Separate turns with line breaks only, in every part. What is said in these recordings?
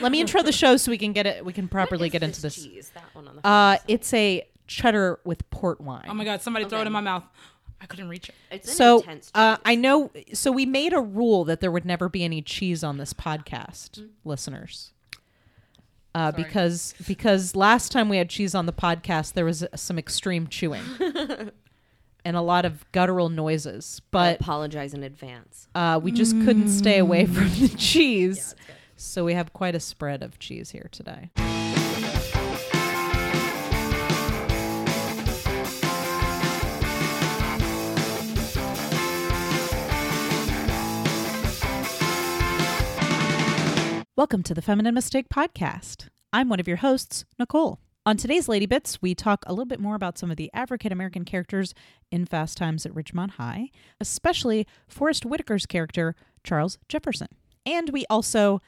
Let me intro the show so we can get it. We can properly
is
get into this.
Cheese, that one on the
Uh, it's a cheddar with port wine.
Oh my god, somebody throw it in
Okay.
my mouth. I couldn't reach it.
it's an
So
intense
uh,
cheese.
I know. So we made a rule that there would never be any cheese on this podcast, listeners, uh,
Sorry.
because because last time we had cheese on the podcast, there was some extreme chewing and a lot of guttural noises.
I
But
apologize in advance.
uh, we just couldn't stay away from the cheese, so we have quite a spread of cheese here today. Welcome to the Feminine Mistake Podcast. I'm one of your hosts, Nicole. On today's Lady Bits, we talk a little bit more about some of the African American characters in Fast Times at Ridgemont High, especially Forrest Whitaker's character, Charles Jefferson. And we also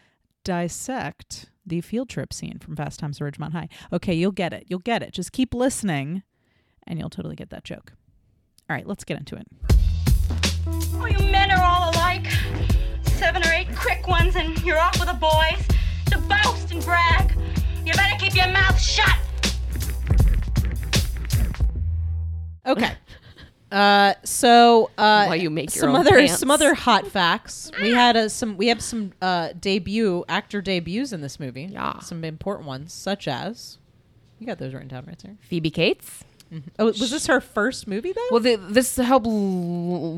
dissect the field trip scene from Fast Times at Ridgemont High. Okay, you'll get it. You'll get it. Just keep listening and you'll totally get that joke. All right, let's get into it.
Oh, you men are all alike. Seven or eight quick ones, and you're off with the boys to boast and brag. You better keep your mouth shut.
Okay. Uh, so uh,
While you make your
some
own
other
pants.
some other hot facts. We had a, some we have some uh, debut actor debuts in this movie.
Yeah.
some important ones such as you got those written down right there.
Phoebe Cates.
Oh, was this her first movie though?
Well, the, this helped l-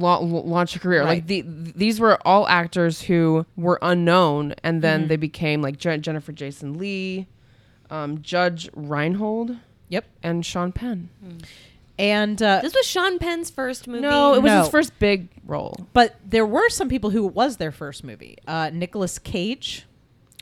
la- launch a career.
Right.
Like the, these were all actors who were unknown, and then they became like Je- Jennifer Jason Lee, um, Judge Reinhold,
yep.
and Sean Penn.
And uh,
This was Sean Penn's first movie.
No, it was
No.
his first big role.
but there were some people who it was their first movie. Uh, Nicholas Cage.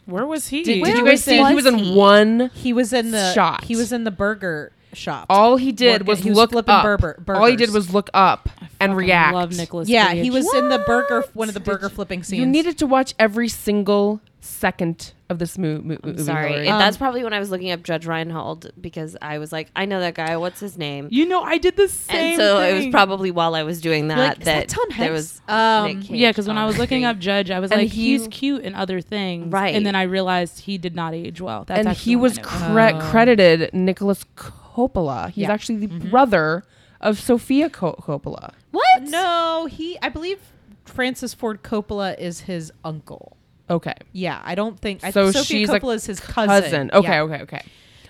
Where was he?
Did, did
Where
you guys see? He was in one.
He was in the
Shot.
He was in the burger shop.
All he did
Working-
was,
he was
look
flipping
up.
burber-
all he did
burgers.
was look up and react.
Love Nicholas.
yeah,
Cage.
he was in the burger one of the burger flipping scenes.
You needed to watch every single second of this mo- mo- movie.
Sorry,
Hillary.
And
Um,
that's probably when I was looking up Judge Reinhold because I was like, I know that guy. What's his name?
You know, I did the same.
and so it was
thing.
probably while I was doing that
like, "Is that
that,
Tom Hanks?"
there was
Um,
Nick Cage
Yeah, because when
on
I was
the
looking
screen.
up Judge, I was
And
like,
he-
he's cute in other things,
Right.
And then I realized he did not age well. That's
and
actually
he
when
was
I knew.
cre- credited Nicholas Coppola. He's
Yeah.
actually the brother of Sophia Co- Coppola.
what?
No, he. I believe Francis Ford Coppola is his uncle.
Okay,
Yeah, I don't think. I,
So
Sophia
she's a
Coppola is his cousin.
cousin. Okay,
Yeah.
okay, okay.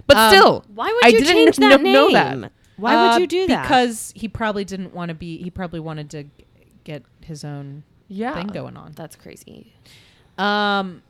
But
Um,
still,
Why would
I
you
didn't
change that
kno-
name?
know that.
Why
Uh,
would you do that?
Because he probably didn't want to be. He probably wanted to g- get his own
Yeah.
thing going on.
that's crazy.
Um,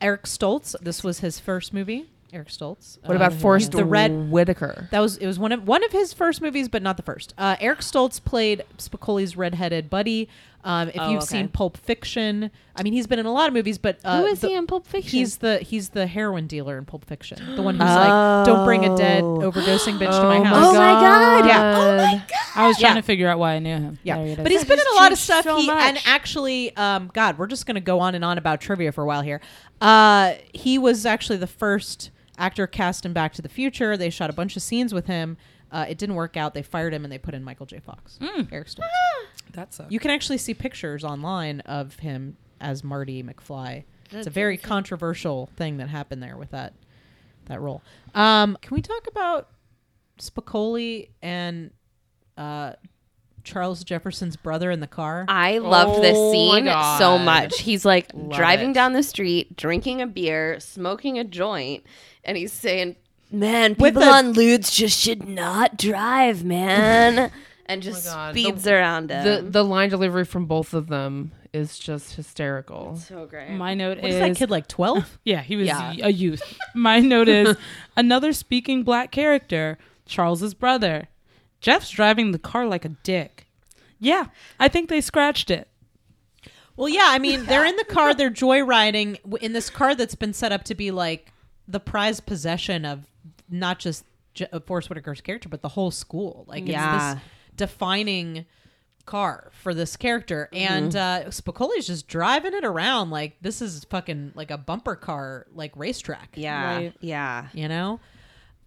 Eric Stoltz. This was his first movie. Eric Stoltz.
What
Uh,
about Forrest
The Red-
Whitaker?
That was it was one of one of his first movies, but not the first. Uh, Eric Stoltz played Spicoli's redheaded buddy. Um, if
Oh,
you've
okay.
seen Pulp Fiction, I mean he's been in a lot of movies, but uh,
Who is
the-
he in Pulp Fiction?
He's the he's the heroin dealer in Pulp Fiction, the one who's like, "Don't bring a dead overdosing bitch to my house."
Oh my God.
Yeah.
I was
Yeah.
trying to figure out why I knew him. There
Yeah,
it
but
is.
he's been in a lot of stuff.
so
he, and
much.
actually, um, God, we're just going to go on and on about trivia for a while here. Uh, he was actually the first actor cast in Back to the Future. They shot a bunch of scenes with him. Uh, it didn't work out. They fired him and they put in Michael J. Fox.
Hmm.
Eric Stoltz.
that's a,
You can actually see pictures online of him as Marty McFly. It's a very controversial thing that happened there with that that role. Um, can we talk about Spicoli and uh, Charles Jefferson's brother in the car?
I loved this
Oh my
scene
God.
so much. He's like driving
it.
down the street, drinking a beer, smoking a joint, and he's saying, "Man, people
With a-
on lewds just should not drive, man." and just
God. The-
speeds around him.
The the line delivery from both of them is just hysterical.
so great.
my note
What is that
is
kid like? Twelve?
Yeah, he was
Yeah.
a youth. My note is another speaking black character, Charles's brother. Jeff's driving the car like a dick. Yeah, I think they scratched it.
well, yeah. I mean, they're in the car. They're joyriding w- in this car that's been set up to be like the prized possession of not just Je- uh, Forrest Whitaker's character, but the whole school. Like, it's
Yeah.
this defining car for this character and uh
Mm-hmm.
Spicoli's just driving it around like this is fucking like a bumper car like racetrack
yeah, yeah.
you know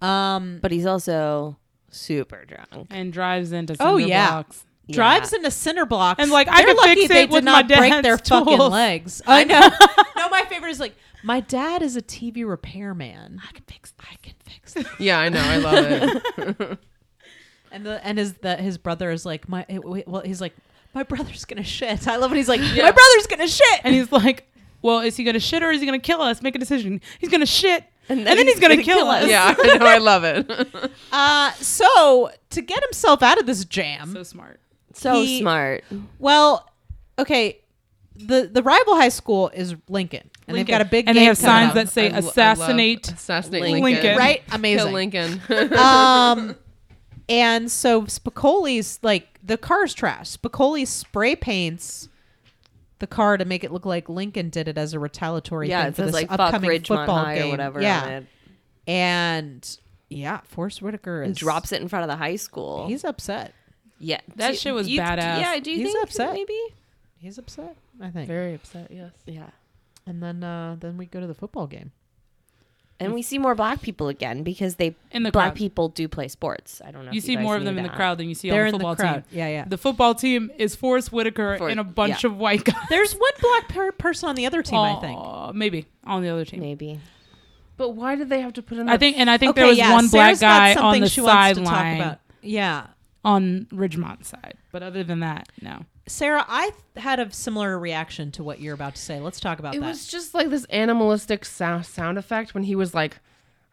um
But he's also super drunk.
And drives into cinder
oh yeah
blocks.
drives into cinder blocks
And, like, I
They're
could
lucky
fix
they
it
did
with
not
my
break their
dad's
fucking
tools.
legs i know no my favorite is like, my dad is a TV repairman. I can fix. I can fix. That.
Yeah, I know. I love it.
And the and his the his brother is like my eh, wait, well he's like my brother's gonna shit. I love when he's like my brother's gonna shit.
And he's like, well, is he going to shit or is he going to kill us? Make a decision. He's going to shit.
And
And then,
then
he's,
he's
going to
gonna
kill,
kill
us.
us.
Yeah, I know. I love it.
Uh, so to get himself out of this jam,
So smart.
So
He-
smart.
well, okay, the the rival high school is Lincoln, and they've got a big
And they
game
have
coming
signs
up.
that say
I lo- I love
assassinate.
assassinate
Lincoln.
Lincoln.
Lincoln.
right
Kill
amazing.
Lincoln.
Um, and so Spicoli's like the car's trash. Spicoli spray paints the car to make it look like Lincoln did it as a retaliatory
Yeah,
thing
it
for
says
this
like fuck
upcoming
Ridgemont
football
High
game.
or whatever.
Yeah,
on it.
and yeah, Forrest Whitaker is,
And drops it in front of the high school.
He's upset.
yeah,
That
Do-
shit was
you-
badass.
Yeah, do you
He's
think
upset.
maybe?
He's upset. I think.
Very upset. Yes.
Yeah,
And then uh, then we go to the football game.
and we see more black people again because they
In the
black
crowd.
people do play sports. I don't know.
You
if
see
guys
more of
knew
them in the
that.
crowd than you see
They're
on
in
the
the
football
crowd.
team.
Yeah, yeah.
The football team is Forrest Whitaker
For-
and a bunch
yeah.
of white guys.
There's one black per- person on the other team, I think.
Aw, maybe on the other team.
Maybe
But why did they have to put in?
I think, and I think there was one black
Sarah's got
guy on
something
the
she wants to talk
sideline
about. Yeah.
on Ridgemont's side, but other than that, no.
Sarah, I th- had a similar reaction to what you're about to say. Let's talk about
it
that.
was just like this animalistic sound sound effect when he was like,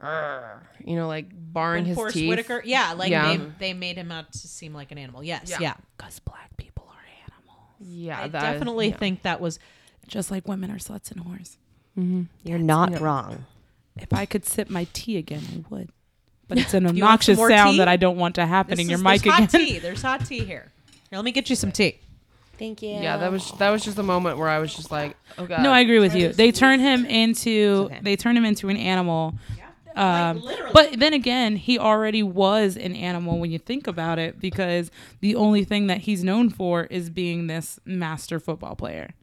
"Arr," you know, like barring his
Forrest
teeth.
Whitaker. Yeah, like
Yeah.
They, they made him out to seem like an animal. Yes, yeah.
Yeah.
Because black people are animals,
Yeah,
I
that-
definitely
yeah.
think that was
just like women are sluts and whores.
you're not wrong.
If I could sip my tea again, I would. But it's an
You want some
obnoxious
more
sound
tea?
that I don't want to happen
this
in your
is-
mic
there's
again.
hot tea. There's hot tea here. Here, let me get you some tea.
Thank you.
Yeah, that was that was just a moment where I was just like, "Oh god."
No, I agree with you. They turn him into
okay.
they turn him into an animal. Um,
literally.
but then again, he already was an animal when you think about it, because the only thing that he's known for is being this master football player.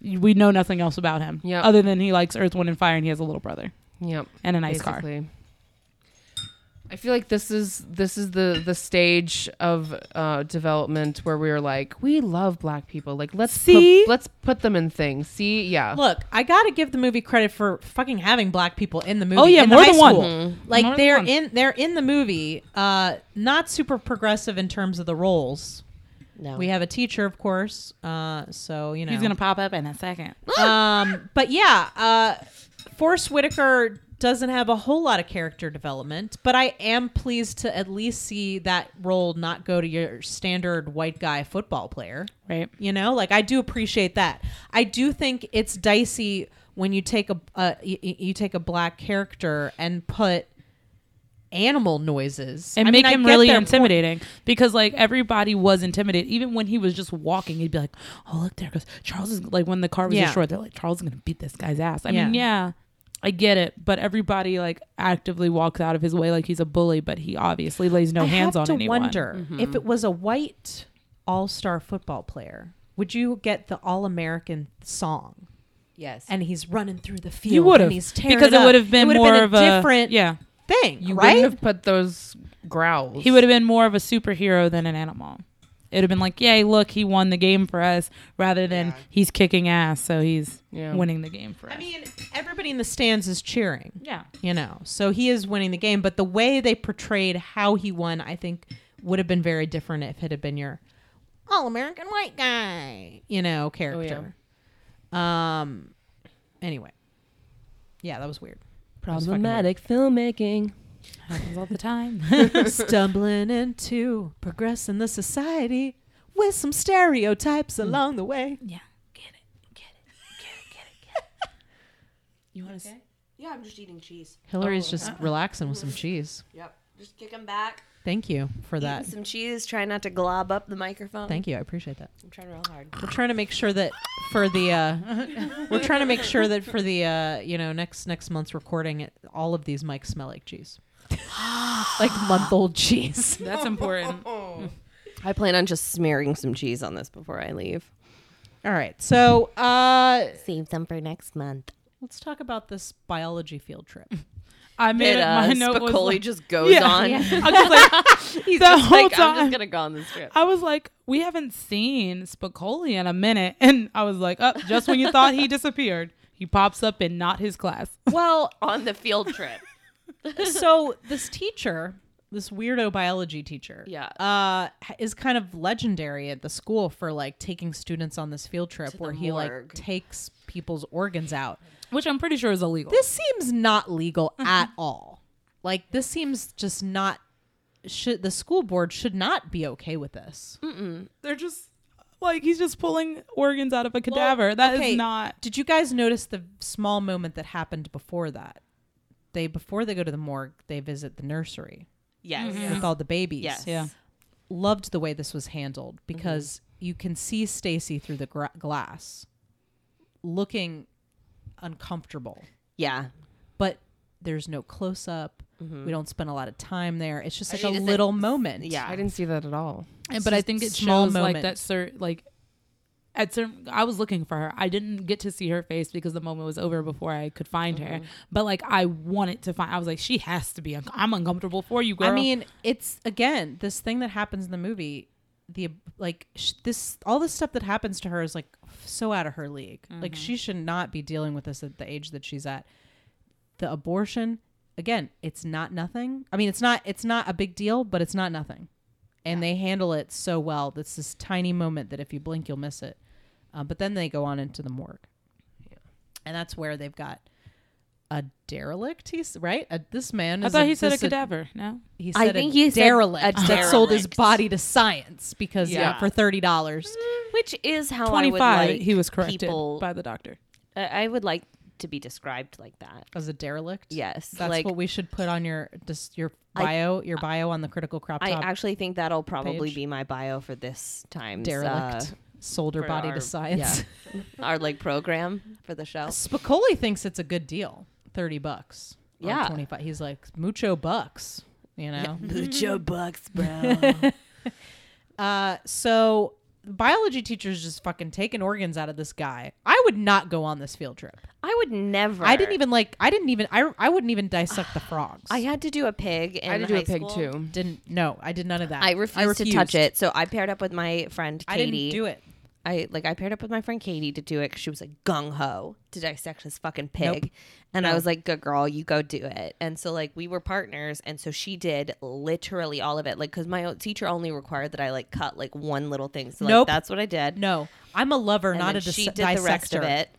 We know nothing else about him,
Yep.
other than he likes Earth, Wind, and Fire, and he has a little brother
Yep.
and a nice car.
basically. I feel like this is this is the the stage of uh, development where we are like we love black people like let's
See?
put, let's put them in things see yeah
Look, I gotta give the movie credit for fucking having black people in the movie.
Oh, yeah,
in the
more
high
than one.
school.
Mm-hmm.
Like
More than
they're
one.
in they're in the movie. Uh, not super progressive in terms of the roles.
no.
We have a teacher, of course. Uh, so you know
He's gonna pop up in a second.
um, but yeah, uh, Forrest Whitaker doesn't have a whole lot of character development, but I am pleased to at least see that role not go to your standard white guy football player.
Right.
You know, like I do appreciate that. I do think it's dicey when you take a uh, you, you take a black character and put animal noises
and
I mean,
make
I
him
get
really
their point.
intimidating because like everybody was intimidated even when he was just walking he'd be like oh look there goes charles is like when the car was
Yeah.
destroyed they're like charles is gonna beat this guy's ass i mean
Yeah.
yeah i get it but everybody like actively walks out of his way like he's a bully but he obviously lays no
I
hands
have
on
to
anyone
wonder if it was a white all-star football player, would you get the all-American song?
yes.
And he's running through the field.
you would have
and he's tearing
because it
up.
would have been
would've
more
a
of a
different
yeah
thing,
you
right?
wouldn't have put those growls
he would have been more of a superhero than an animal it'd have been like yay look he won the game for us rather than he's kicking ass so he's
Yeah.
winning the game for us
I mean, everybody in the stands is cheering.
yeah
You know, so he is winning the game, but the way they portrayed how he won, I think, would have been very different if it had been your all-American white guy, you know, character. Um. Anyway, yeah, that was weird.
problematic filmmaking
happens all the time
stumbling into progressing the society with some stereotypes along the way.
Hmm. Yeah, get it, get it, get it, get it, You want to say?
yeah, I'm just eating cheese.
Oh,
Hillary's just
uh-uh.
relaxing with some cheese.
Yep. Just kick them back.
Thank you for that.
Eating some cheese. Try not to glob up the microphone.
Thank you. I appreciate that.
I'm trying real hard.
We're trying to make sure that for the uh we're trying to make sure that for the uh you know next next month's recording it, all of these mics smell like cheese. like month old cheese.
That's important.
I plan on just smearing some cheese on this before I leave.
All right. So, uh
Save some for next month.
let's talk about this biology field trip.
I made
It,
it,
uh,
my note was
Spicoli
like,
just goes
Yeah.
on.
I was like, the whole
Like,
time.
I'm just gonna go on this trip.
I was like, we haven't seen Spicoli in a minute, and I was like, oh, just when you thought he disappeared, He pops up in not his class.
Well,
on the field trip.
Mm-hmm.
so this teacher, this weirdo biology teacher,
Yeah.
uh, is kind of legendary at the school for like taking students on this field trip where he
morgue.
like takes people's organs out.
which I'm pretty sure is illegal.
This seems not legal at all. Like this seems just not. Should the school board should not be okay with this?
Mm.
They're just like he's just pulling organs out of a cadaver. That is
okay.
not.
Did you guys notice the small moment that happened before that? They before they go to the morgue, they visit the nursery
Yes.
with all the babies.
Yes.
Yeah.
loved the way this was handled because you can see Stacy through the gra- glass looking uncomfortable,
Yeah.
but there's no close up. We don't spend a lot of time there. It's just like a
mean, is it-
little moment.
Yeah.
I didn't see that at all.
And, but I think it
It's small
shows like
moment.
that certain like at certain I was looking for her. I didn't get to see her face because the moment was over before I could find her. But like I wanted to find. I was like, she has to be. Un- I'm uncomfortable for you, girl.
I mean, it's again this thing that happens in the movie. The like sh- this all this stuff that happens to her is like so out of her league. Like
Mm-hmm.
she should not be dealing with this at the age that she's at. The abortion again, it's not nothing. I mean, it's not it's not a big deal, but it's not nothing. And they handle it so well. That's this tiny moment that if you blink, you'll miss it. Uh, but then they go on into the morgue, and that's where they've got a derelict. He's right. A, this man.
I
is
thought he said a
this is
cadaver. No.
he said
I think
a
he said
derelict
a
that sold his
derelict.
body to science because yeah,
Yeah.
for thirty dollars.
Which is how
Twenty
Oh, I
five.
would like
he was corrected
people.
by the doctor.
I I would like to be described like that.
As a derelict,
Yes,
that's
like-
what we should put on your just your
I-
bio, your bio on the critical crop
I
top.
actually think that'll probably
Page.
be my bio for this uh, time.
derelict sold her
for
body
our-
to science.
our like program for the show.
Spicoli thinks it's a good deal, thirty bucks. or
Yeah.
twenty five. He's like mucho bucks, you know.
Mm-hmm.
Mucho bucks, bro.
Uh, so biology teacher's just fucking taking organs out of this guy. I would not go on this field trip.
I would never.
I didn't even like. I didn't even. I I wouldn't even dissect the frogs.
I had to do a pig. In
I did do
high
a pig
school.
too.
didn't no i did none of that
I refused, to touch it, so I paired up with my friend
i didn't
Katie.
do it
I like I paired up with my friend Katie to do it because she was like gung ho to dissect this fucking pig,
Nope.
and I was like, "Good girl, you go do it." And so like we were partners, and so she did literally all of it, like because my o- teacher only required that I like cut like one little thing, so like
Nope.
that's what I did.
no i'm a lover
and
not
then
a dis-
she did
dissector
the rest of it.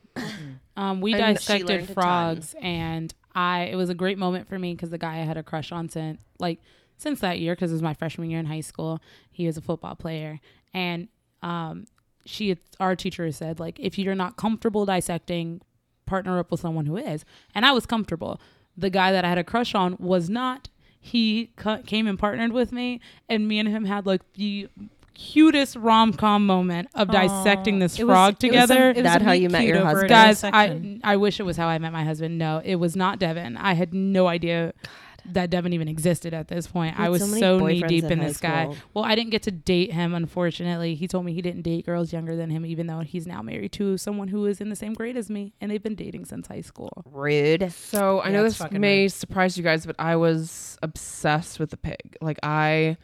Um, we
And she
dissected
learned a ton.
frogs, and I it was a great moment for me because the guy I had a crush on since like since that year because it was my freshman year in high school. He was a football player, and um, she had- our teacher had said like if you're not comfortable dissecting, partner up with someone who is, and I was comfortable. The guy that I had a crush on was not. He cu- came and partnered with me, and me and him had like the cutest rom com moment of dissecting this
It was- it was
frog
some-
together
it was
That
a
how
meet
you met
cute
your
over at
husband?
guys
intersection.
i i wish it was how i met my husband no it was not devin i had no idea that devin even existed at this point i
had
was
so
so,
many
knee
boyfriends
deep
in
in
high
this guy
school.
well i didn't get to date him unfortunately he told me he didn't date girls younger than him even though he's now married to someone who is in the same grade as me and they've been dating since high school
Rude.
So I know
that's
this
fucking
may surprise you guys, but I was obsessed with the pig. Like I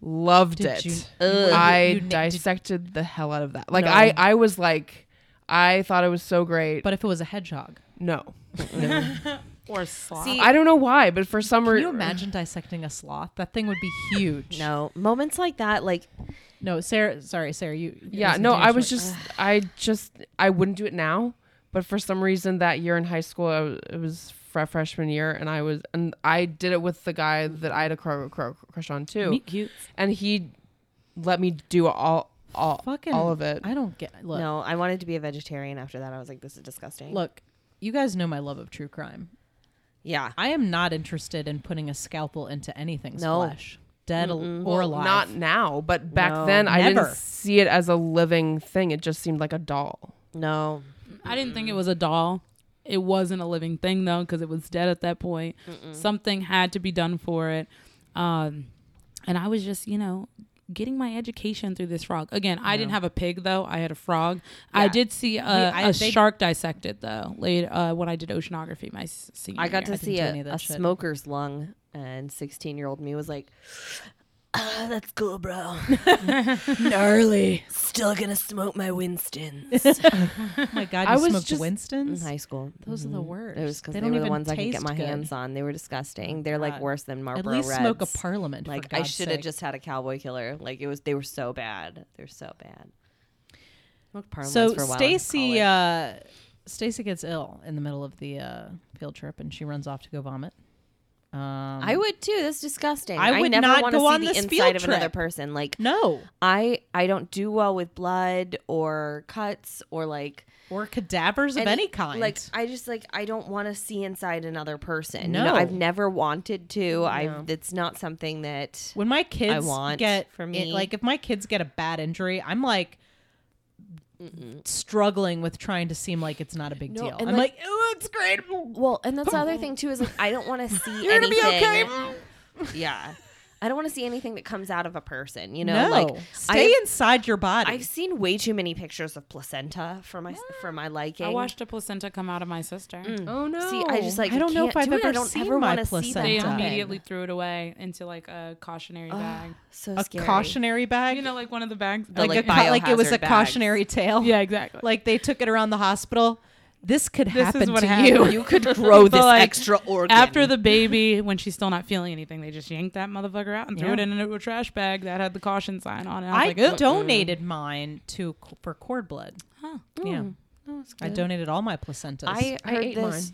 loved
Did
it.
you-
Ugh.
I
You- you na-
dissected the hell out of that. Like
No.
I, I was like, I thought it was so great. But
but if it was a hedgehog
no,
or sloth
See,
I don't know why, but for some
can you
reason,
imagine dissecting a sloth that thing would be huge
No moments like that, like
no sarah sorry sarah you
yeah, no, I was just, I just, I wouldn't do it now. But for some reason, that year in high school, I was, it was fre- freshman year, and I was, and I did it with the guy that I had a cru- cru- crush on too,
meet cute
and he let me do all, all,
fucking
all of it.
i don't get look
no. I wanted to be a vegetarian after that. I was like, "This is disgusting."
look you guys know my love of true crime
yeah,
i am not interested in putting a scalpel into anything's
No.
flesh dead al- or alive
Not now, but back
No.
then I
Never.
didn't see it as a living thing. It just seemed like a doll.
no,
I didn't think it was a doll. It wasn't a living thing though, because it was dead at that point. Something had to be done for it, um, and I was just, you know, getting my education through this frog. Again, I didn't have a pig though; I had a frog. I
Yeah.
did see a,
I-
a
they-
shark dissected though later uh, when I did oceanography my s- senior.
I got
year.
to see
do
a,
any of that
a
shit.
smoker's lung, and 16 year old me was like, "Ah, that's cool, bro. Gnarly. Still gonna smoke my Winston's.
Oh my God, you
I was
smoked
just-
In
Winston's?
high school,
Those are the
Mhm.
worst.
It was because
They
they,
don't
were the
even
ones I could get
taste
my
good.
hands on. They were disgusting. They're like
God.
worse than
At
Marlboro
least smoke a
Reds.
parliament. for
Like I
God's
should have
sake.
just had a cowboy killer. Like it was, they were so bad. They're so bad. Smoked Parliaments
So
for a while in
Stacy,
college.
uh, Stacy gets ill in the middle of the uh, field trip, and she runs off to go vomit. Um,
I would too. That's disgusting.
I
I
would
never
not
want to
go
see
on
the
this
inside
field
of another
trip.
person. Like
no
I, I don't do well with blood or cuts or like
or cadavers of any kind.
Like I just like I don't want to see inside another person.
No.
you know, I've never wanted to. I've it's not something that
when my kids
want
get
for
it-
me.
like if my kids get a bad injury, I'm like struggling with trying to seem like it's not a big
No,
deal. I'm
and,
like,
like-
oh, it's great.
Well, and that's the other thing too is like I don't want to see
You're gonna be okay.
anything- Yeah. I don't want to see anything that comes out of a person, you know?
No,
Like
stay
I've,
inside your body.
I've seen way too many pictures of placenta for my for my liking.
I watched a placenta come out of my sister.
Mm.
Oh no.
See, I just like
I don't know if
can't
I've
do it.
ever
I don't
seen
ever
my
wanna see that
placenta.
They
happen.
immediately threw it away into like a cautionary bag.
so
a
scary.
cautionary bag.
You know, like one of the bags.
The,
like,
like,
a ca- like it was a
biohazard bags.
cautionary tale.
yeah, exactly.
Like they took it around the hospital. This could
is
happen
what
to you.
happened.
You could grow
But, like,
organ.
After the baby, when she's still not feeling anything, they just yanked that motherfucker out and threw
Yeah.
it in a, a trash bag that had the caution sign on it. I was
I "Uh-uh."
like, "Ugh."
donated mine to for cord blood. Yeah.
Oh,
I donated all my placentas.
I
I
heard
ate
this.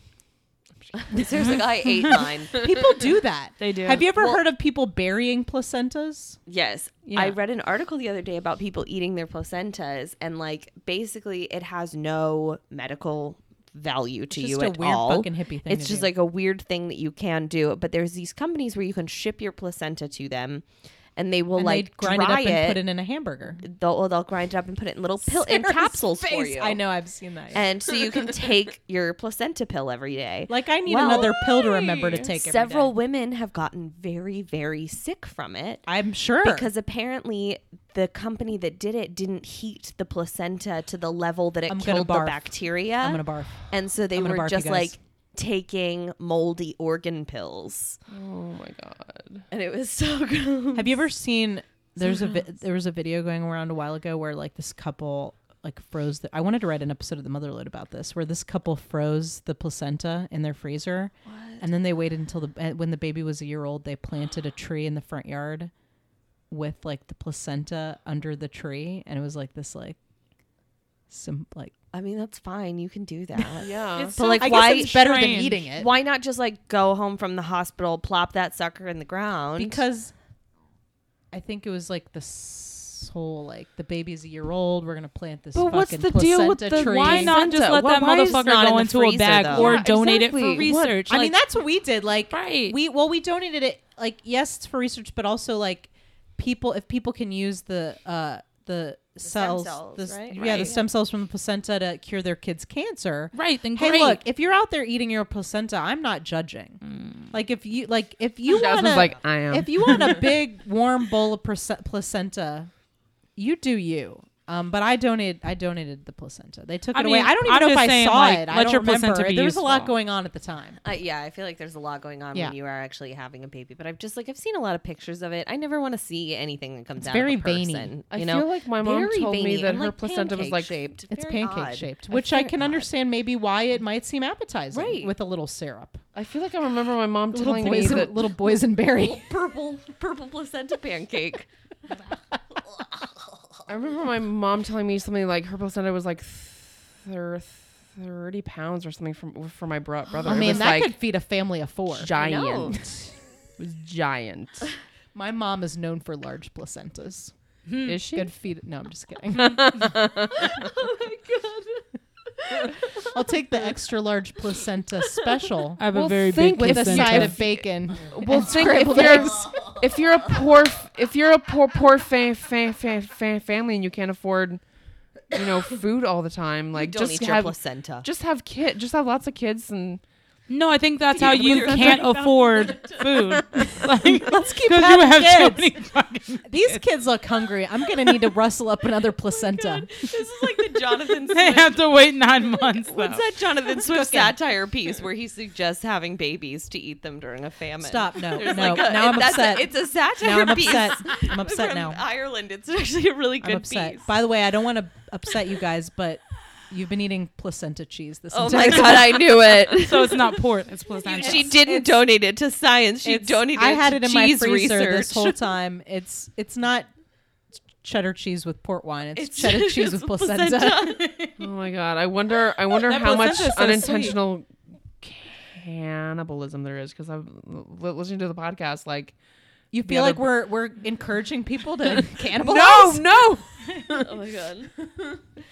Seriously, I ate mine.
people do that.
They do.
Have you ever
Well-
heard of people burying placentas?
Yes.
Yeah.
I read an article the other day about people eating their placentas and like basically it has no medical value to
Just
you
a
at
weird
all.
fucking hippie thing
It's
to
just
do.
like a weird thing that you can do, but there's these companies where you can ship your placenta to them and they will
And
like
they grind it
dry
up and put it in a hamburger.
they'll oh, they'll grind it up and put it in little pill in
Sarah's
capsules for
face.
you.
I know I've seen that. yeah.
And so you can take your placenta pill every day.
like I need
Well,
another pill to remember to take. every
several
day.
women have gotten very very sick from it.
I'm sure
because apparently the company that did it didn't heat the placenta to the level that it
I'm gonna
killed the
barf.
bacteria.
I'm gonna barf.
And so they
I'm gonna
were
barf,
just
you guys.
like taking moldy organ pills,
Oh my god.
and it was so gross.
Have you ever seen? There's a vi- there was a video going around a while ago where like this couple like froze. The, I wanted to write an episode of the Motherload about this, where this couple froze the placenta in their freezer, and then they waited until the eh, when the baby was a year old, they planted a tree in the front yard with like the placenta under the tree, and it was like this like some like
I mean, that's fine. You can do that.
Yeah.
It's
But
so
like,
I
why?
guess it's better than
strange.
eating it
why not just like go home from the hospital, plop that sucker in the ground?
because I think it was like the s- whole like the baby's a year old. We're gonna plant this.
But
fucking
what's the deal with
placenta
the-
tree.
Why not just
Placenta.
let that
Why is it
motherfucker
not in
go
the
into a
freezer,
bag
though?
or
Yeah,
donate it for
exactly. What-
research?
I mean,
Like,
that's what we did. Like,
Right.
We well, we donated it. Like, yes, it's for research, but also like people, if people can use the uh the, cells,
cells,
the s-
right?
yeah, the stem cells from the placenta to cure their kids' cancer.
Right, then
hey,
great.
look, if you're out there eating your placenta, I'm not judging. Like, if you like, if you want
Jasmine's
to,
like, I am.
If you want a big warm bowl of perce- placenta, you do you. Um, but I donated. I donated the placenta. They took
I
it away.
mean,
I don't even
I'm
know if
just
I
saying,
saw
like,
it. I
let
don't
your
remember.
placenta be
there was a lot
useful.
going on at the time.
Uh, yeah, I feel like there's a lot going on
Yeah.
when you are actually having a baby, but I've just like I've seen a lot of pictures of it. I never want to see anything that comes out
very
of a person.
veiny.
I
you know?
feel like my mom
Very
told me
veiny
that
and,
her
like,
placenta was, like,
pancake-shaped.
It's
Very
pancake
odd.
shaped,
I
which I
feel
can
odd.
understand maybe why it might seem appetizing
Right.
with a little syrup,
I feel like I remember my mom
little
telling me
boys,
that
little boysenberry.
Purple, purple placenta pancake.
I remember my mom telling me something like her placenta was like thir- 30 pounds or something from for my bro- brother.
I
it
mean,
was
that
like
could feed a family of four.
know.
giant. it was giant.
My mom is known for large placentas. Hmm.
Is she?
Good feed. No, I'm just kidding. I'll take the extra large placenta special
I have
Well,
a very
think
big
with a
Placenta.
side
placenta.
of bacon.
Well, think if you're, if you're a poor f- if you're a poor poor fa- fa- fa- fa- family and you can't afford you know food all the time, like
Don't
just
eat your
have
placenta.
just have kid just have lots of kids and
No, I think that's how
believe
you
that's
can't
how you
afford food. Like,
Let's keep
'cause you
having
have
kids.
so many fucking.
These kids look hungry. I'm gonna need to rustle up another placenta.
This is like the Jonathan
They
Swift.
have to wait nine months.
What's
though.
that Jonathan Swift satire piece where he suggests having babies to eat them during a famine?
Stop. No,
There's
no.
like a-
now I'm
that's
upset.
A, it's a satire
now I'm
piece.
upset. I'm upset
from
now.
Ireland. It's actually a really good
I'm upset.
piece.
By the way, I don't want to upset you guys, but you've been eating placenta cheese this
oh
entire
my god, I knew it.
So it's not port. It's placenta.
she didn't donate it to science. She
It's-
donated.
I had
to
it in my
cheese
freezer
research.
this whole time. It's it's not cheddar cheese with port wine. It's,
It's-
cheddar cheese
it's
with placenta.
Oh my god! I wonder. I wonder how
placenta's
much
so sweet.
unintentional cannibalism there is because I'm l- listening to the podcast. Like,
You
The
feel
other
like we're we're encouraging people to cannibalize?
no.
oh my god.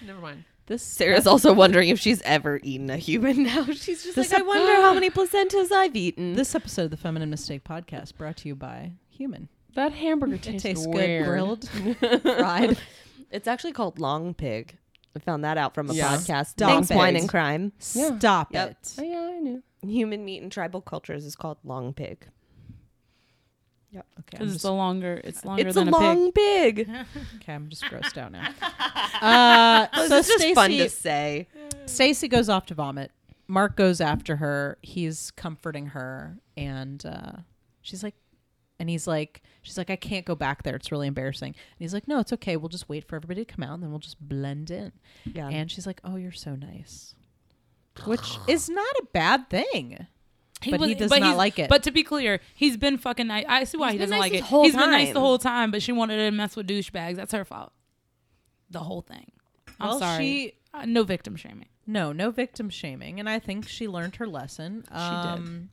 Never mind.
This
Sarah's also wondering if she's ever eaten a human now. She's just
This
like, I
ep-
wonder how many placentas I've eaten.
this episode of the Feminine Mistake Podcast brought to you by Human.
That hamburger
It
tastes,
tastes
weird.
good grilled, fried.
It's actually called Long Pig. I found that out from a
Yeah.
podcast.
Stop
Thanks,
it.
Wine and Crime.
Yeah.
Stop
Yep.
it.
Oh, yeah, I knew.
Human meat and tribal cultures is called Long Pig.
Okay, I'm
Because it's
just,
a longer. It's longer
it's a
than a, pig.
long pig.
okay, I'm just grossed out now. Uh, so
it's just fun to
Stacy,
say.
Stacy goes off to vomit. Mark goes after her. He's comforting her, and uh, she's like, and he's like, she's like, I can't go back there. It's really embarrassing. And he's like, No, it's okay. We'll just wait for everybody to come out, and then we'll just blend in.
Yeah.
And she's like, "Oh, you're so nice," which is not a bad thing. But he does not
he's-
like it.
But to be clear, he's been fucking nice. I see why he
been
doesn't
nice
like
this
it.
whole
He's been nice
time.
the whole time, but she wanted to mess with douchebags. That's her fault. The whole thing. I'm
Well,
sorry.
she-
Uh, no victim shaming.
No, no victim shaming, and I think she learned her lesson. Um,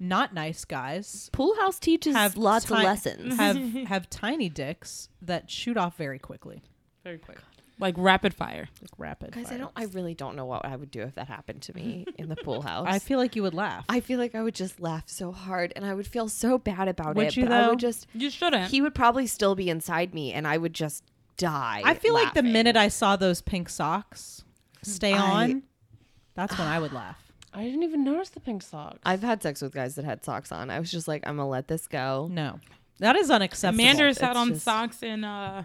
Not nice guys
Pool House teaches
have
lots
ti-
of lessons.
Have have tiny dicks that shoot off very quickly,
Very quick. Like rapid fire.
like rapid.
Guys, I
fire.
don't. I really don't know what I would do if that happened to me in the pool house.
I feel like you would laugh.
I feel like I would just laugh so hard, and I would feel so bad about
Would
it.
you,
but I
though?
would just.
You shouldn't.
He would probably still be inside me, and I would just die.
I feel like the
laughing.
minute I saw those pink socks stay
I-
on, that's when I would laugh.
I didn't even notice the pink socks.
I've had sex with guys that had socks on, I was just like, I'm gonna let this go.
No, that is unacceptable.
Manders had
It's
on
just-
socks and uh,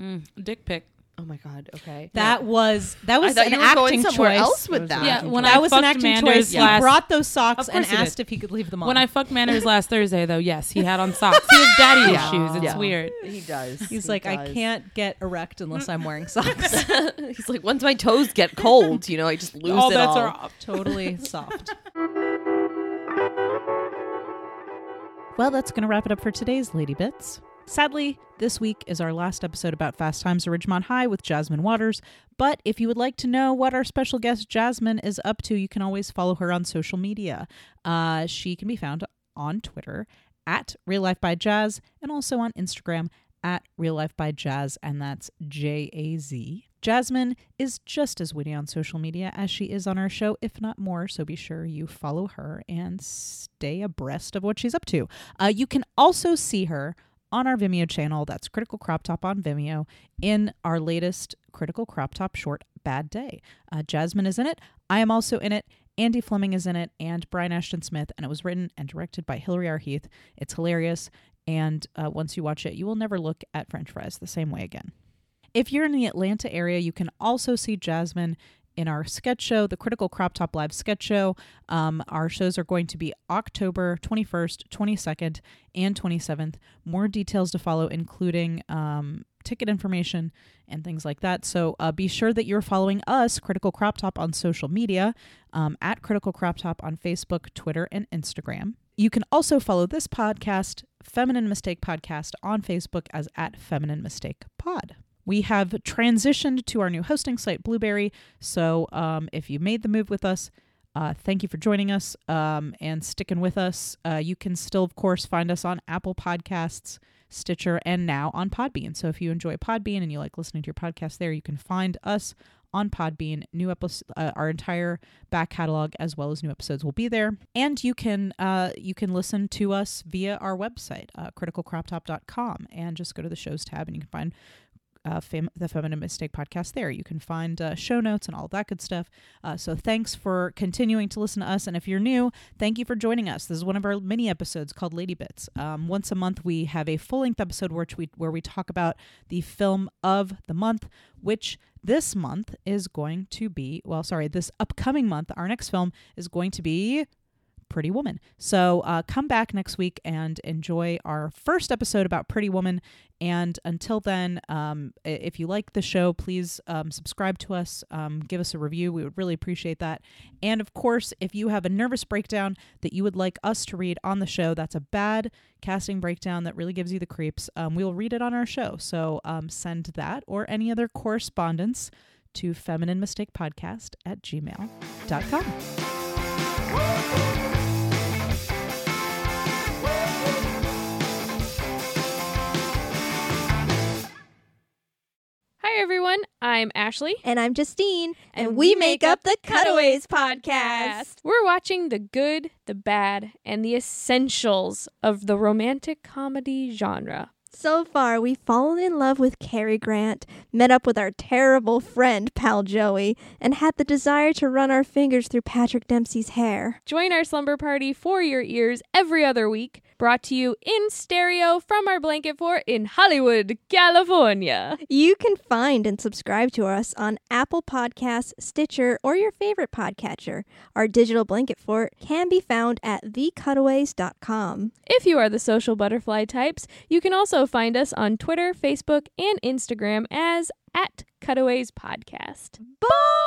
mm, dick pic.
Oh my god. Okay.
That was that was
I thought
an
you were
acting
going somewhere
choice.
else with that.
Yeah, when
that
I
was an
fucked
acting
Manders
choice.
last-
He brought those socks
Of
and
course he did.
asked if he could leave them on.
When I fucked Manners last Thursday, though, yes, he had on socks. He has daddy issues. It's
Yeah.
weird.
He does.
He's
He
like, I
does.
can't get erect unless I'm wearing socks.
He's like, once my toes get cold, you know, I just lose
all
it
bets
all.
are off.
totally soft. Well, that's going to wrap it up for today's Lady Bits. Sadly, this week is our last episode about Fast Times at Ridgemont High with Jasmine Waters. But if you would like to know what our special guest Jasmine is up to, you can always follow her on social media. Uh, she can be found on Twitter at Real Life by Jazz and also on Instagram at Real Life by Jazz, and that's J A Z. Jasmine is just as witty on social media as she is on our show, if not more, so be sure you follow her and stay abreast of what she's up to. Uh, you can also see her on our Vimeo channel, that's Critical Crop Top on Vimeo, in our latest Critical Crop Top short, Bad Day. Uh, Jasmine is in it. I am also in it. Andy Fleming is in it, and Brian Ashton Smith, and it was written and directed by Hilary R. Heath. It's hilarious, and uh, once you watch it, you will never look at French fries the same way again. If you're in the Atlanta area, you can also see Jasmine in our sketch show, the Critical Crop Top Live sketch show. Um, our shows are going to be October 21st, 22nd, and 27th. More details to follow, including um, ticket information and things like that. So uh, be sure that you're following us, Critical Crop Top, on social media um, at Critical Crop Top on Facebook, Twitter, and Instagram. You can also follow this podcast, Feminine Mistake Podcast, on Facebook as at Feminine Mistake Pod. We have transitioned to our new hosting site, Blueberry. So um, if you made the move with us, uh, thank you for joining us um, and sticking with us. Uh, you can still, of course, find us on Apple Podcasts, Stitcher, and now on Podbean. So if you enjoy Podbean and you like listening to your podcast there, you can find us on Podbean. New episodes, uh, our entire back catalog as well as new episodes will be there, and you can uh, you can listen to us via our website, uh, criticalcroptop.com, and just go to the shows tab and you can find uh, fam- the Feminine Mistake podcast there. You can find uh, show notes and all that good stuff. Uh, so thanks for continuing to listen to us. And if you're new, thank you for joining us. This is one of our mini episodes called Lady Bits. Um, once a month, we have a full length episode where we, where we talk about the film of the month, which this month is going to be, well, sorry, this upcoming month, our next film is going to be Pretty Woman. So uh, come back next week and enjoy our first episode about Pretty Woman. And until then, um, i- if you like the show, please um, subscribe to us, um, give us a review. We would really appreciate that. And of course, if you have a nervous breakdown that you would like us to read on the show, that's a bad casting breakdown that really gives you the creeps. Um, we will read it on our show. So um, send that or any other correspondence to feminine mistake podcast at gmail.com.
Hi, everyone. I'm Ashley.
And I'm Justine, and, we, make up the Cutaways podcast.
We're watching the good, the bad, and the essentials of the romantic comedy genre.
So far, we've fallen in love with Cary Grant, met up with our terrible friend, pal Joey, and had the desire to run our fingers through Patrick Dempsey's hair.
Join our slumber party for your ears every other week, brought to you in stereo from our blanket fort in Hollywood, California.
You can find and subscribe to us on Apple Podcasts, Stitcher, or your favorite podcatcher. Our digital blanket fort can be found at thecutaways.com.
If you are the social butterfly types, you can also find us on Twitter, Facebook, and Instagram as at Cutaways Podcast.
Bye!